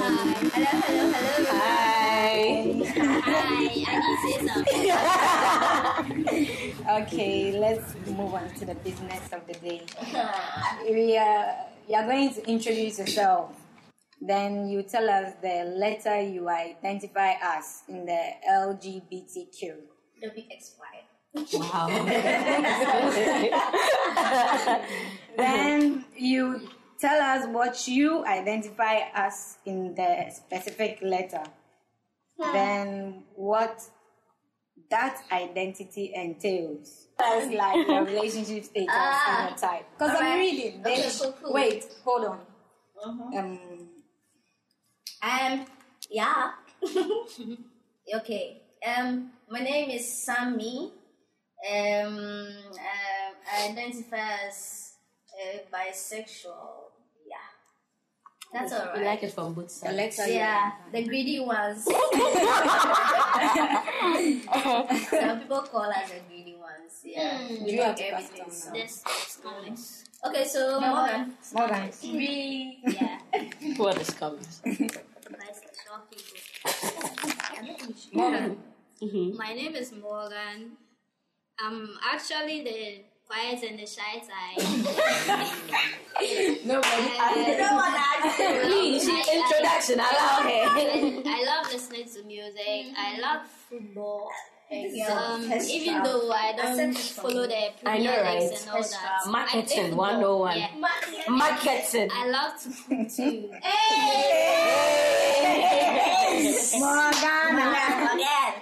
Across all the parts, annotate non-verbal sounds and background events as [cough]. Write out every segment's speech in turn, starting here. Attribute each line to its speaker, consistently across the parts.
Speaker 1: Hello, hello, hello.
Speaker 2: Hi.
Speaker 1: Hi, I need say something.
Speaker 2: Okay, let's move on to the business of the day. Uh, We are, you are going to introduce yourself. Then you tell us the letter you identify as in the LGBTQ.
Speaker 1: The big expired. Mm-hmm.
Speaker 2: Then you tell us what you identify as in the specific letter.
Speaker 1: Hmm.
Speaker 2: Then what that identity entails. That's like
Speaker 1: [laughs]
Speaker 2: your relationship status
Speaker 1: Ah.
Speaker 2: and your type. Because I'm
Speaker 1: Alright.
Speaker 2: reading.
Speaker 1: Okay,
Speaker 2: this-
Speaker 1: cool, cool.
Speaker 2: Wait, hold on.
Speaker 1: Uh-huh.
Speaker 2: Um,
Speaker 1: Um, yeah. [laughs] okay. Um, my name is Sammy. Um, um, I identify as uh, bisexual. Yeah. That's all
Speaker 3: We like
Speaker 1: right.
Speaker 3: it from both
Speaker 2: the
Speaker 3: sides.
Speaker 2: letter you
Speaker 1: Yeah, the greedy
Speaker 2: [laughs]
Speaker 1: ones. Some people call us the greedy ones. Yeah,
Speaker 2: Hmm. You
Speaker 1: we do
Speaker 2: have to pass
Speaker 1: everything.
Speaker 2: down
Speaker 1: so-
Speaker 2: now.
Speaker 4: That's that's nice.
Speaker 1: Okay, so
Speaker 2: uh,
Speaker 1: [laughs] Morgan,
Speaker 2: Morgan.
Speaker 1: we yeah.
Speaker 3: What is coming?
Speaker 4: Bisexual people.
Speaker 2: Morgan.
Speaker 3: Mm-hmm.
Speaker 4: My name is Morgan. I'm Um, actually the quiet and the shy type.
Speaker 1: [laughs]
Speaker 2: Nobody
Speaker 1: You
Speaker 2: asked.
Speaker 1: know what I
Speaker 3: [laughs] Please, introduction, allow her. [laughs]
Speaker 4: I, I love listening to music. I
Speaker 3: Mm-hmm.
Speaker 4: love football. Um,
Speaker 1: Yeah.
Speaker 4: even though I don't
Speaker 1: Accept it from
Speaker 4: follow
Speaker 1: me.
Speaker 4: the
Speaker 3: I
Speaker 4: Premier
Speaker 3: know, right?
Speaker 4: Leagues and all that. I play
Speaker 3: Marketing
Speaker 4: football.
Speaker 3: 101.
Speaker 4: Yeah.
Speaker 3: Marketing.
Speaker 4: I
Speaker 1: [laughs]
Speaker 4: love to cook too.
Speaker 2: Morgana.
Speaker 1: Again.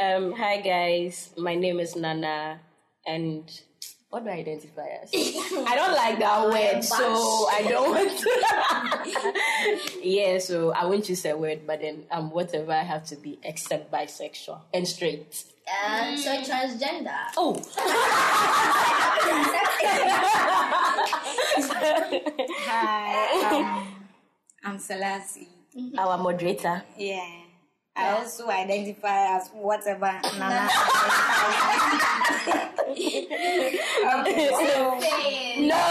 Speaker 3: Um, hi guys, my name is Nana, and what do I identify as? [laughs] I don't like that word, so I don't want to. [laughs] yeah, so I won't use a word, but then um, whatever I have to be, except bisexual and straight. Mm.
Speaker 1: Uh, so transgender.
Speaker 3: [laughs] Oh,
Speaker 2: [laughs]
Speaker 1: [laughs]
Speaker 2: Hi. Um, I'm Selassie.
Speaker 3: our moderator.
Speaker 2: Yeah. I also identify as whatever Nana. okay, so
Speaker 3: No,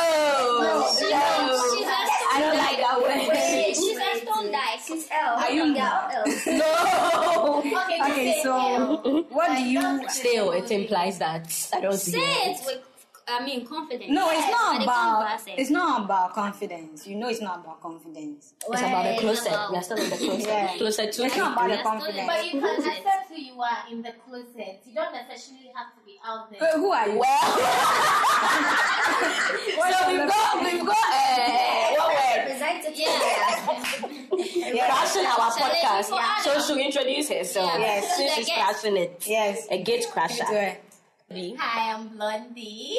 Speaker 1: Oh,
Speaker 4: She's
Speaker 3: no.
Speaker 4: she's
Speaker 3: I don't like that word.
Speaker 4: a she's a stone die.
Speaker 1: She's L. Are
Speaker 2: you
Speaker 1: L? L. Okay,
Speaker 3: No.
Speaker 1: you
Speaker 2: okay,
Speaker 1: say L.
Speaker 2: so what do you?
Speaker 3: Still, it implies that I don't see
Speaker 4: Say
Speaker 3: it.
Speaker 4: it with I mean confidence.
Speaker 2: No, it's
Speaker 4: But
Speaker 2: not
Speaker 4: it
Speaker 2: about.
Speaker 4: comes back.
Speaker 2: It's not about confidence. You know, it's not about confidence.
Speaker 3: It's about the
Speaker 4: Wait,
Speaker 3: closet.
Speaker 4: no.
Speaker 3: We are still in the closet.
Speaker 2: Yeah.
Speaker 3: Closet two.
Speaker 2: It's not about the
Speaker 4: That's not
Speaker 2: confidence.
Speaker 4: about-
Speaker 5: But you can accept who you are in the closet. You don't necessarily have to be out there.
Speaker 2: But who are you? [laughs]
Speaker 3: Well, so we've got we've got uh, what word?
Speaker 1: Representative.
Speaker 4: Yeah.
Speaker 3: Crashing our
Speaker 4: Shall I
Speaker 3: podcast.
Speaker 4: people add
Speaker 3: So
Speaker 4: up?
Speaker 3: she introduce herself.
Speaker 4: Yeah.
Speaker 2: Yes.
Speaker 3: Since she's
Speaker 4: Like it.
Speaker 3: crashing it.
Speaker 2: Yes.
Speaker 3: A gate
Speaker 2: Give it to
Speaker 3: crasher.
Speaker 2: her.
Speaker 5: Hi, I'm Blondie.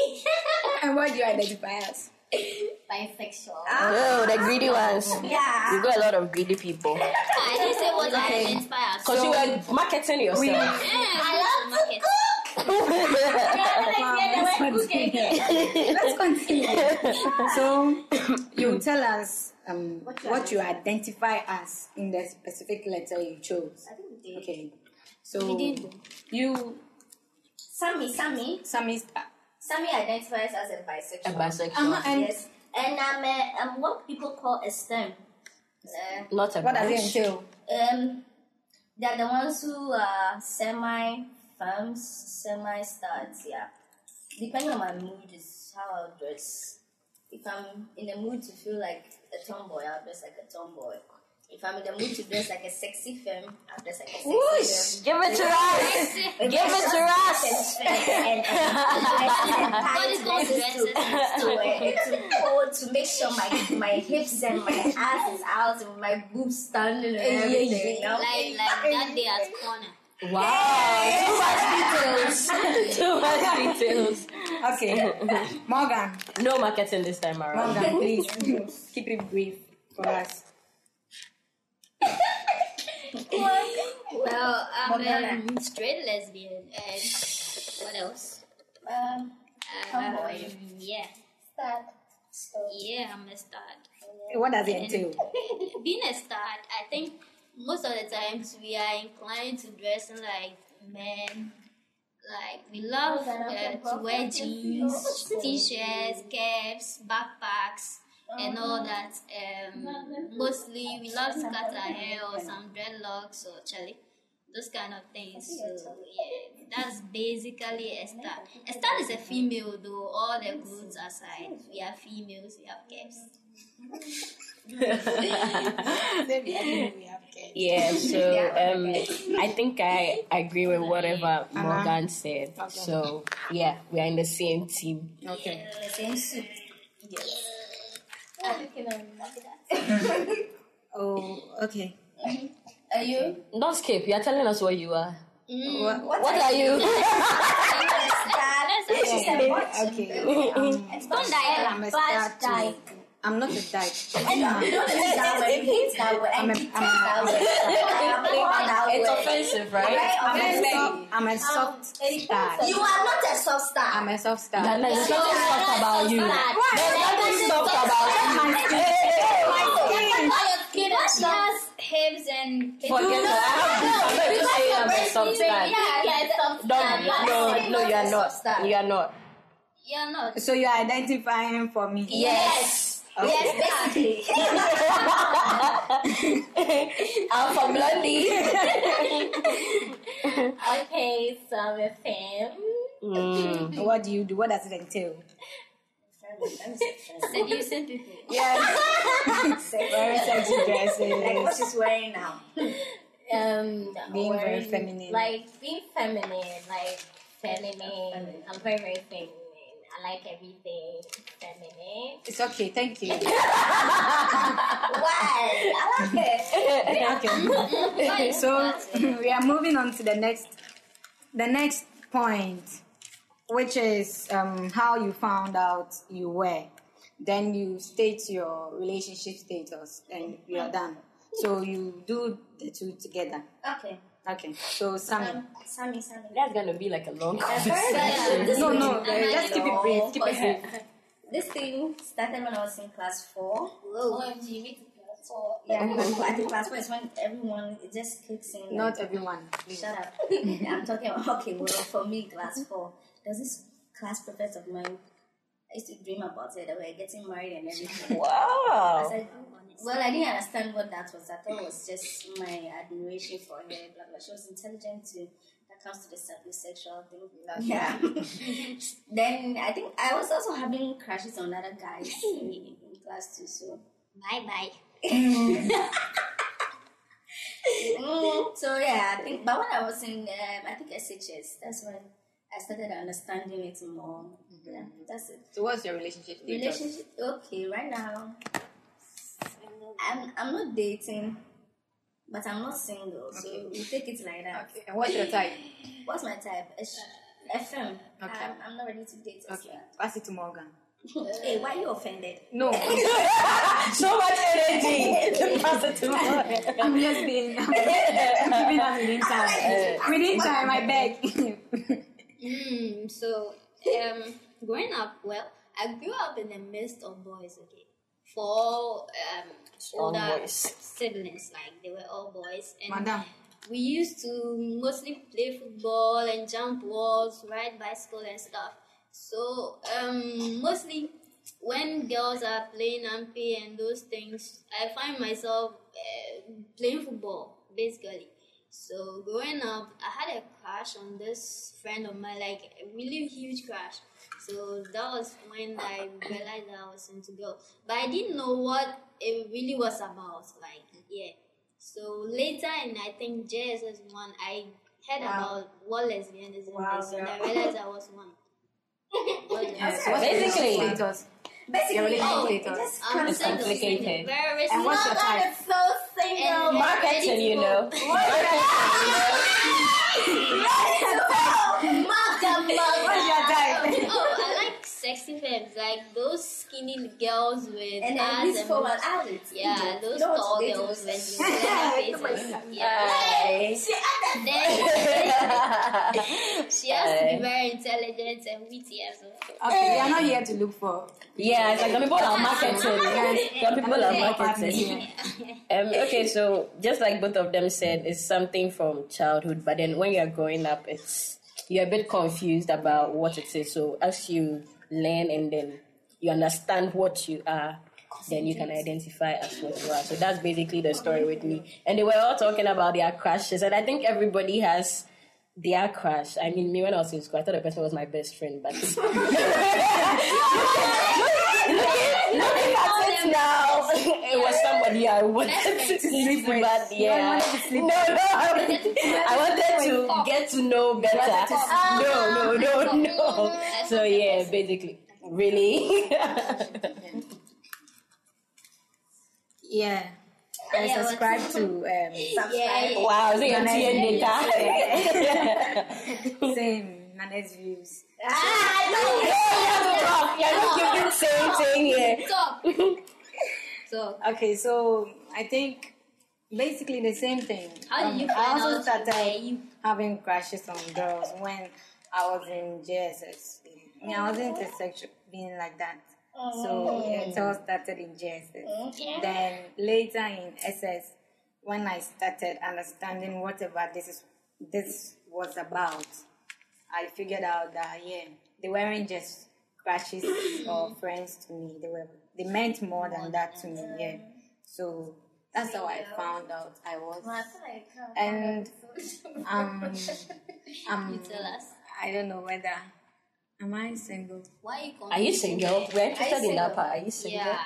Speaker 2: And what do you identify as?
Speaker 5: Bisexual.
Speaker 3: Oh, the greedy ones.
Speaker 1: Yeah.
Speaker 3: We got a lot of greedy people.
Speaker 4: I didn't say what I identify as.
Speaker 3: Cause you were marketing yourself.
Speaker 4: I love to
Speaker 2: Wow, let's continue. let's continue. So, [coughs] you tell us um, what, you, identify as in the specific letter you chose. Okay. So, you,
Speaker 1: Sammy, Sammy.
Speaker 2: Sammy, uh,
Speaker 1: Sammy identifies as a bisexual.
Speaker 3: A bisexual.
Speaker 2: Uh-huh, and-
Speaker 1: yes. And I'm, a, I'm what people call a STEM. Uh,
Speaker 3: Not a
Speaker 2: what does it
Speaker 3: bitch.
Speaker 2: entail?
Speaker 1: Um, they're the ones who are semi firms, semi starts, yeah. Depending on my mood is how I'll dress. If I'm in the mood to feel like a tomboy, I'll dress like a tomboy. If I'm in the mood to dress like a sexy femme, I'll dress like a sexy
Speaker 3: Whoosh! Give it to us. [laughs] Give it to us.
Speaker 1: femme. And, and, and
Speaker 4: What is called
Speaker 1: dresses to,
Speaker 4: dresses?
Speaker 1: to, uh, to, hold to make sure my, my hips and my ass is out and my boobs standing and everything. you know?
Speaker 4: Like like that day at corner.
Speaker 3: Wow.
Speaker 1: [laughs]
Speaker 3: [laughs] Too much details. Too much details.
Speaker 2: [laughs] Okay. Morgan,
Speaker 3: No marketing this time
Speaker 2: [laughs]
Speaker 3: around.
Speaker 2: Morgan, please keep it brief for us.
Speaker 4: Well, I'm
Speaker 1: Banana.
Speaker 4: um, straight lesbian and what else?
Speaker 1: Um,
Speaker 4: Um,
Speaker 1: Tomboy.
Speaker 4: yeah,
Speaker 1: start.
Speaker 4: yeah, I'm a stud.
Speaker 2: What does it entail?
Speaker 4: Being a stud, I think most of the times we are inclined to dress in like men. Like we love uh, to wear jeans, t-shirts, caps, backpacks, and all that. Um, mostly we love to cut our hair or some dreadlocks or chali, those kind of things. So yeah, that's basically Esther. Esther is a female though. All the clothes aside, we are females. We have caps.
Speaker 3: [laughs]
Speaker 2: we have kids. [laughs]
Speaker 3: Yeah, so um, I think I agree with whatever Morgan said.
Speaker 2: Uh-huh. Okay.
Speaker 3: So yeah, we are in the same team.
Speaker 2: Okay.
Speaker 1: The same soup.
Speaker 2: Oh, okay.
Speaker 1: Are you?
Speaker 3: Not skip. You are telling us what you are.
Speaker 2: What, what
Speaker 3: What are you?
Speaker 1: She said, what?
Speaker 2: Okay.
Speaker 4: Don't die,
Speaker 2: I'm a
Speaker 4: but
Speaker 2: statue.
Speaker 4: die.
Speaker 2: I'm not a dyke.
Speaker 1: And no, don't use that word. Hate that word. And
Speaker 2: I'm a-
Speaker 1: detest that word. I abhor that
Speaker 3: it's
Speaker 1: word.
Speaker 3: offensive, right?
Speaker 1: Right?
Speaker 2: I'm a
Speaker 1: Offensive.
Speaker 2: soft, I'm a soft star.
Speaker 1: You are not a soft star.
Speaker 2: I'm a soft star.
Speaker 3: Ghana, there's nothing soft about you. There's nothing soft about you.
Speaker 4: Because she has hips and
Speaker 3: Forget it. I have to- I'm just saying I'm a soft star.
Speaker 4: yeah, yeah, some
Speaker 3: Don't, no, no, you are
Speaker 1: Soft star.
Speaker 3: not. You are not.
Speaker 4: You're not.
Speaker 2: So you're identifying for me.
Speaker 1: Yes.
Speaker 2: Okay.
Speaker 1: Yes, basically.
Speaker 3: I'm from London.
Speaker 2: [laughs]
Speaker 5: Okay, so I'm a
Speaker 1: [laughs]
Speaker 5: femme.
Speaker 3: Mm.
Speaker 2: What do you do? What does it entail?
Speaker 4: Seducing people.
Speaker 2: [laughs] Yes. very sexy
Speaker 1: Like what
Speaker 2: dresses.
Speaker 1: she's wearing now.
Speaker 5: Um,
Speaker 2: Being
Speaker 5: or
Speaker 2: very feminine.
Speaker 5: Like being feminine, like feminine. I'm very very feminine. I like everything feminine.
Speaker 2: It's okay. Thank you.
Speaker 1: Why? I
Speaker 5: [laughs]
Speaker 1: like it.
Speaker 2: Okay. so [laughs] we are moving on to the next, the next point, which is um, how you found out you were. Then you state your relationship status, and you
Speaker 1: Mm-hmm.
Speaker 2: are done. So you do the two together.
Speaker 1: Okay. Um,
Speaker 2: Okay. So Sammy.
Speaker 1: Sammy, Sammy.
Speaker 3: That's gonna be like a long
Speaker 1: Sorry,
Speaker 3: conversation.
Speaker 1: this
Speaker 2: no,
Speaker 1: is-
Speaker 2: no. Just keep it brief. Keep it
Speaker 5: [laughs]
Speaker 2: brief.
Speaker 1: This thing started when I was in class four.
Speaker 5: OMG, me too.
Speaker 1: Yeah, I think class four is when everyone it just kicks in.
Speaker 2: Not everyone. please.
Speaker 1: Shut up. [laughs] I'm talking about, okay, well, [laughs] for me, class four. There's this class professor of mine. I used to dream about it, that we we're getting married and everything. I
Speaker 3: Wow.
Speaker 1: said, well, I didn't understand what that was. I thought it was just my admiration for her, blah, blah. She was intelligent too. That comes to the se- sexual thing. blah, blah. Yeah. [laughs] then I think I was also having crashes on other guys in, in class too, so.
Speaker 4: Bye bye.
Speaker 1: Mm, [laughs] so yeah, I think. But when I was in, um, I think SHS, that's when I started understanding it more.
Speaker 4: Mm-hmm.
Speaker 1: Yeah, that's it.
Speaker 2: So what's your relationship status?
Speaker 1: Relationship. Okay, right now, I'm I'm not dating, but I'm not single, so we take it like that.
Speaker 2: Okay. And what's your type?
Speaker 1: What's my type? It's FM.
Speaker 2: Okay.
Speaker 1: I'm, I'm not ready to date. as
Speaker 2: Okay. Pass it to Morgan.
Speaker 4: Uh,
Speaker 1: well. hey, why are you offended?
Speaker 2: No,
Speaker 3: so much energy. The positive.
Speaker 2: I'm just being. I'm giving us within time. Within time, I beg. [laughs]
Speaker 4: Mm, so, um, growing up, well, I grew up in the midst of boys, okay? For all, um,
Speaker 3: Strong
Speaker 4: older
Speaker 3: boys.
Speaker 4: siblings, like, they were all boys. And
Speaker 2: Madam, uh,
Speaker 4: we used to mostly play football and jump walls, ride bicycle and stuff. So um, mostly when girls are playing ampi and those things, I find myself uh, playing football basically. So growing up, I had a crush on this friend of mine, like a really huge crush. So that was when I realized that I was into girls, but I didn't know what it really was about. Like yeah. So later in I think JSS one, I heard about what lesbianism
Speaker 1: Wow,
Speaker 4: is, and I
Speaker 1: girl.
Speaker 4: realized I was one.
Speaker 2: yes. what's
Speaker 1: Okay.
Speaker 2: your relationship
Speaker 3: Basically.
Speaker 2: status? Your
Speaker 1: Basically,
Speaker 2: relationship
Speaker 1: oh, it
Speaker 2: status.
Speaker 1: just
Speaker 4: I'm
Speaker 1: comes
Speaker 4: single,
Speaker 3: complicated.
Speaker 4: single, Very
Speaker 2: And what's your
Speaker 4: single.
Speaker 2: type?
Speaker 1: so
Speaker 4: And
Speaker 1: single.
Speaker 3: Marketing, you know.
Speaker 2: What's your type?
Speaker 4: Oh, I like sexy femmes, like those skinny girls with
Speaker 1: And
Speaker 4: ass
Speaker 1: then this
Speaker 4: [laughs] and
Speaker 1: for
Speaker 4: boobs.
Speaker 1: an outlet.
Speaker 4: Yeah,
Speaker 1: You
Speaker 4: those
Speaker 1: know what
Speaker 4: tall
Speaker 1: they do. [laughs]
Speaker 4: girls [laughs] with faces.
Speaker 3: [laughs]
Speaker 4: Yeah.
Speaker 1: She added
Speaker 3: Hey.
Speaker 4: She has to be very intelligent and witty as well.
Speaker 2: Okay, we are not here to look for.
Speaker 3: Yeah, it's like some people are marketing. Some people
Speaker 2: I'm
Speaker 3: are
Speaker 2: not happy
Speaker 3: marketing.
Speaker 2: here.
Speaker 3: Um, okay, so just like both of them said, it's something from childhood, but then when you're growing up, it's you're a bit confused about what it is. So as you learn and then you understand what you are, then you can identify as what you are. So that's basically the story with me. And they were all talking about their crushes, and I think everybody has their crush. I mean, me when I was in school, I thought the person was my best friend, [laughs] but looking, looking at it now, [laughs] it was somebody I wanted to sleep with. But yeah, no, no, I wanted to get to know better. No, no, no, no. So yeah, basically, really. [laughs]
Speaker 2: Yeah. I
Speaker 1: Yeah,
Speaker 2: subscribe to um, subscribe
Speaker 3: Wow, is it MTN [laughs] data?
Speaker 2: yeah. um, same Nana's views.
Speaker 3: Yeah, you're not giving same thing here.
Speaker 4: [laughs] So,
Speaker 2: Okay, so I think basically the same thing. Um,
Speaker 4: How did you
Speaker 2: I
Speaker 4: find
Speaker 2: also
Speaker 4: out
Speaker 2: started having crushes on girls when I was in JSS. Yeah, I was into sexual being like that. So yeah, it all started in JSS. Then later in SS, when I started understanding whatever this is, this was about, I figured out that yeah, they weren't just crushes or friends to me. They were they meant more than that to me. Yeah, so that's how I found out I was,
Speaker 1: uh,
Speaker 2: and um, um,
Speaker 4: tell us.
Speaker 2: I don't know whether am I single.
Speaker 4: Why you
Speaker 3: Are you single? We're interested in that
Speaker 1: single?
Speaker 3: part. Are you single?
Speaker 4: Yeah.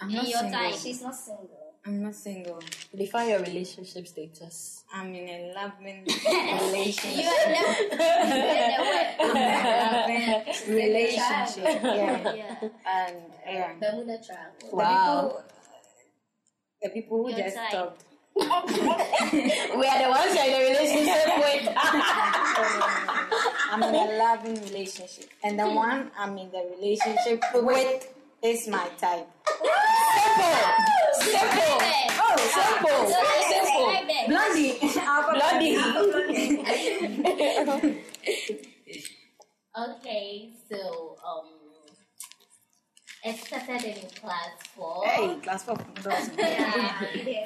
Speaker 2: I'm
Speaker 4: In
Speaker 2: not
Speaker 4: your
Speaker 2: single.
Speaker 4: time.
Speaker 1: She's not
Speaker 4: [laughs]
Speaker 1: single.
Speaker 2: I'm not single.
Speaker 3: Define your relationship status.
Speaker 2: I'm in a
Speaker 4: [laughs]
Speaker 2: loving relationship.
Speaker 4: You are never
Speaker 2: loving relationship. [laughs] Yeah.
Speaker 4: yeah.
Speaker 2: And yeah.
Speaker 1: [laughs] Bermuda Triangle.
Speaker 3: Wow.
Speaker 2: The people who
Speaker 4: Your
Speaker 2: just
Speaker 4: type.
Speaker 2: stopped.
Speaker 3: We are the ones who are in a
Speaker 2: [laughs]
Speaker 3: relationship with. [laughs]
Speaker 2: I'm in a loving relationship. And the one I'm in the relationship with is my type.
Speaker 3: Simple. Oh, simple. Very
Speaker 4: Right
Speaker 3: simple.
Speaker 4: there.
Speaker 2: Blondie.
Speaker 3: Bloody.
Speaker 5: Okay, so um, I started in class four. [laughs]
Speaker 2: Hey, class four [laughs] girls.
Speaker 5: Yeah.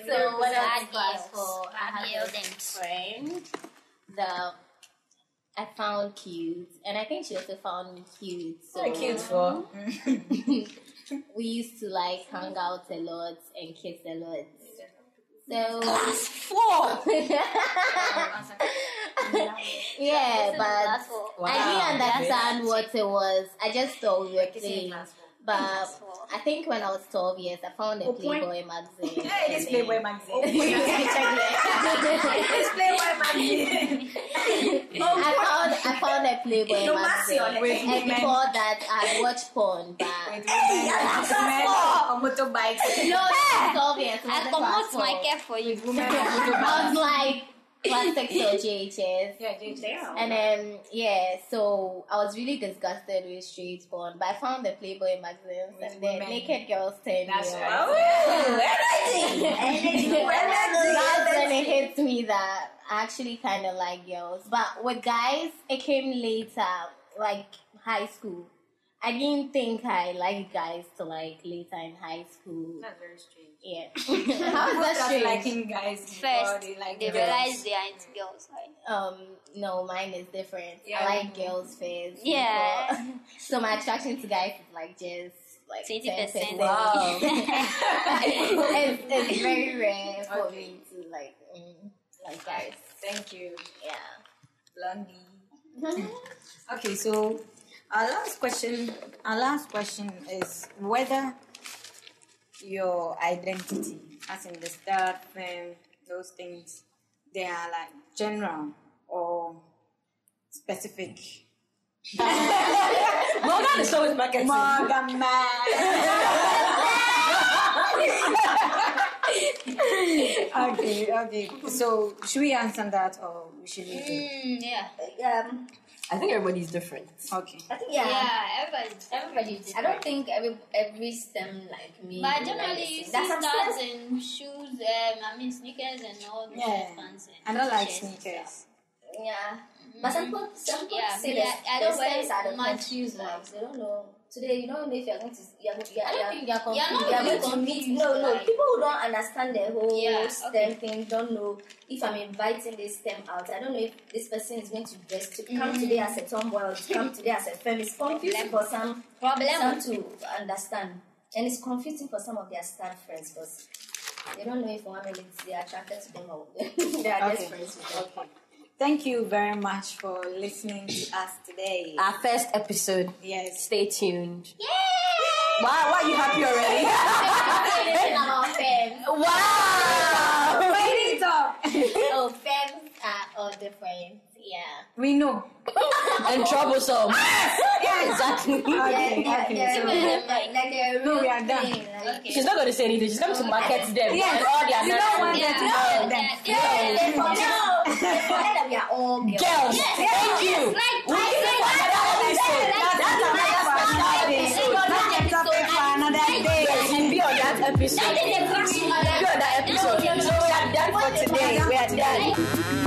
Speaker 5: so when I was in class four, I had
Speaker 4: Adios.
Speaker 5: a friend that I found cute, and I think she also found me cute. So
Speaker 3: Cute for.
Speaker 5: [laughs] we used to like hang out a lot and kiss a lot. So [laughs]
Speaker 3: Four.
Speaker 5: yeah, but
Speaker 4: That's all.
Speaker 3: Wow.
Speaker 5: I didn't understand what it was. I just thought we were playing. But I think when I was 12 years, I found a Playboy magazine.
Speaker 2: Oh, [laughs] Hey, this
Speaker 5: and
Speaker 2: Playboy
Speaker 5: then-
Speaker 2: magazine. [laughs] This Playboy [laughs] magazine.
Speaker 5: I found I found a Playboy
Speaker 2: No mercy
Speaker 5: magazine.
Speaker 2: on it.
Speaker 5: And before that, I watched porn. But
Speaker 2: Men on [laughs] motorbikes.
Speaker 5: no, 12 years.
Speaker 4: I
Speaker 5: wasn't
Speaker 4: promote
Speaker 5: class
Speaker 4: my
Speaker 5: four.
Speaker 4: care for you.
Speaker 2: Women on
Speaker 5: I
Speaker 2: motorbikes.
Speaker 5: was like class six or JHS.
Speaker 2: Yeah, damn.
Speaker 5: And then yeah, so I was really disgusted with straight porn, but I found the Playboy magazines
Speaker 2: With
Speaker 5: and then
Speaker 2: women.
Speaker 5: naked girls ten years. That's when it
Speaker 2: Energy.
Speaker 5: hits me that I actually kind of like girls, but with guys it came later, like high school. I didn't think I liked guys to like later in high school.
Speaker 2: That's very strange.
Speaker 5: Yeah, how is that strange?
Speaker 2: liking guys before
Speaker 4: First,
Speaker 2: they like
Speaker 4: they
Speaker 2: girls.
Speaker 4: realize they are into girls, right?
Speaker 5: Um, no, mine is different.
Speaker 2: Yeah.
Speaker 5: I like girls first.
Speaker 4: Yeah.
Speaker 5: before- [laughs] so my attraction to guys is like just like
Speaker 4: 20%.
Speaker 5: 10%.
Speaker 3: Wow.
Speaker 5: [laughs] it's, it's very rare for
Speaker 2: Okay.
Speaker 5: me to like mm, like guys.
Speaker 2: Thank you,
Speaker 5: Yeah.
Speaker 2: Blondie.
Speaker 5: [laughs]
Speaker 2: okay, so our last question, our last question is whether your identity, as in the start, um, those things, they are like general or specific.
Speaker 3: Morgan is always marketing.
Speaker 2: Morgan man. [laughs] okay, okay. So should we answer that or we should leave it?
Speaker 4: Mm, yeah.
Speaker 1: Um,
Speaker 3: I think everybody's different.
Speaker 2: Okay.
Speaker 1: I think
Speaker 4: Yeah,
Speaker 1: yeah.
Speaker 4: everybody.
Speaker 1: Everybody. I don't think every every STEM like me.
Speaker 4: But
Speaker 1: like
Speaker 4: generally, you see
Speaker 1: this. That's what I'm
Speaker 4: stars
Speaker 1: saying.
Speaker 4: and shoes, um, I mean sneakers and all these
Speaker 2: Yeah.
Speaker 4: fans. and
Speaker 2: I don't like
Speaker 4: shirts.
Speaker 2: sneakers.
Speaker 1: Yeah. But some people, some people
Speaker 4: Mm-hmm. Yeah,
Speaker 1: say
Speaker 4: but
Speaker 1: that
Speaker 4: I- I
Speaker 1: the
Speaker 4: don't wear
Speaker 1: stems are the
Speaker 4: much
Speaker 1: confused
Speaker 4: like-
Speaker 1: ones. They don't know. Today, you don't know if you're going to. You're, you're,
Speaker 5: I don't
Speaker 1: you're,
Speaker 5: think you're
Speaker 4: Yeah,
Speaker 5: confused.
Speaker 4: no,
Speaker 1: you're
Speaker 4: really
Speaker 1: going to meet.
Speaker 4: confused,
Speaker 1: No, no.
Speaker 4: like-
Speaker 1: People who don't understand the whole
Speaker 4: Yeah,
Speaker 1: STEM
Speaker 4: okay.
Speaker 1: thing don't know if I'm inviting this STEM out. I don't know if this person is going to dress to come
Speaker 4: Mm-hmm.
Speaker 1: today as a tomboy or to come today as a femme. It's confusing for some,
Speaker 4: Problem.
Speaker 1: some to understand. and it's confusing for some of their star friends because they don't know if one minute they are attracted to them or [laughs] they are
Speaker 2: Okay.
Speaker 1: just friends with them.
Speaker 2: Thank you very much for listening to us today.
Speaker 3: Our first episode.
Speaker 2: Yes.
Speaker 3: Stay tuned. Wow, why are you happy
Speaker 2: [laughs]
Speaker 3: already?
Speaker 5: about femmes.
Speaker 3: wow!
Speaker 2: Wait it up.
Speaker 5: So femmes Oh, are all different. Yeah.
Speaker 2: We know.
Speaker 3: and troublesome. exactly.
Speaker 2: Okay.
Speaker 1: Yeah,
Speaker 2: okay.
Speaker 1: yeah,
Speaker 2: So,
Speaker 1: yeah, [laughs] like, like they're
Speaker 2: No,
Speaker 1: real
Speaker 2: we are done.
Speaker 1: thing, like-
Speaker 3: She's not going to say anything. She's coming to market them.
Speaker 2: Yes.
Speaker 3: And all their
Speaker 2: You don't want
Speaker 3: nonsense.
Speaker 2: them to know them.
Speaker 1: Yeah, they forget- they forget that we are all girls.
Speaker 3: Girls, thank you. We'll give you another episode. That's another episode.
Speaker 2: That's a topic for another day.
Speaker 3: Yes, and be on that episode. Be on that episode. So we are done for today. We are done.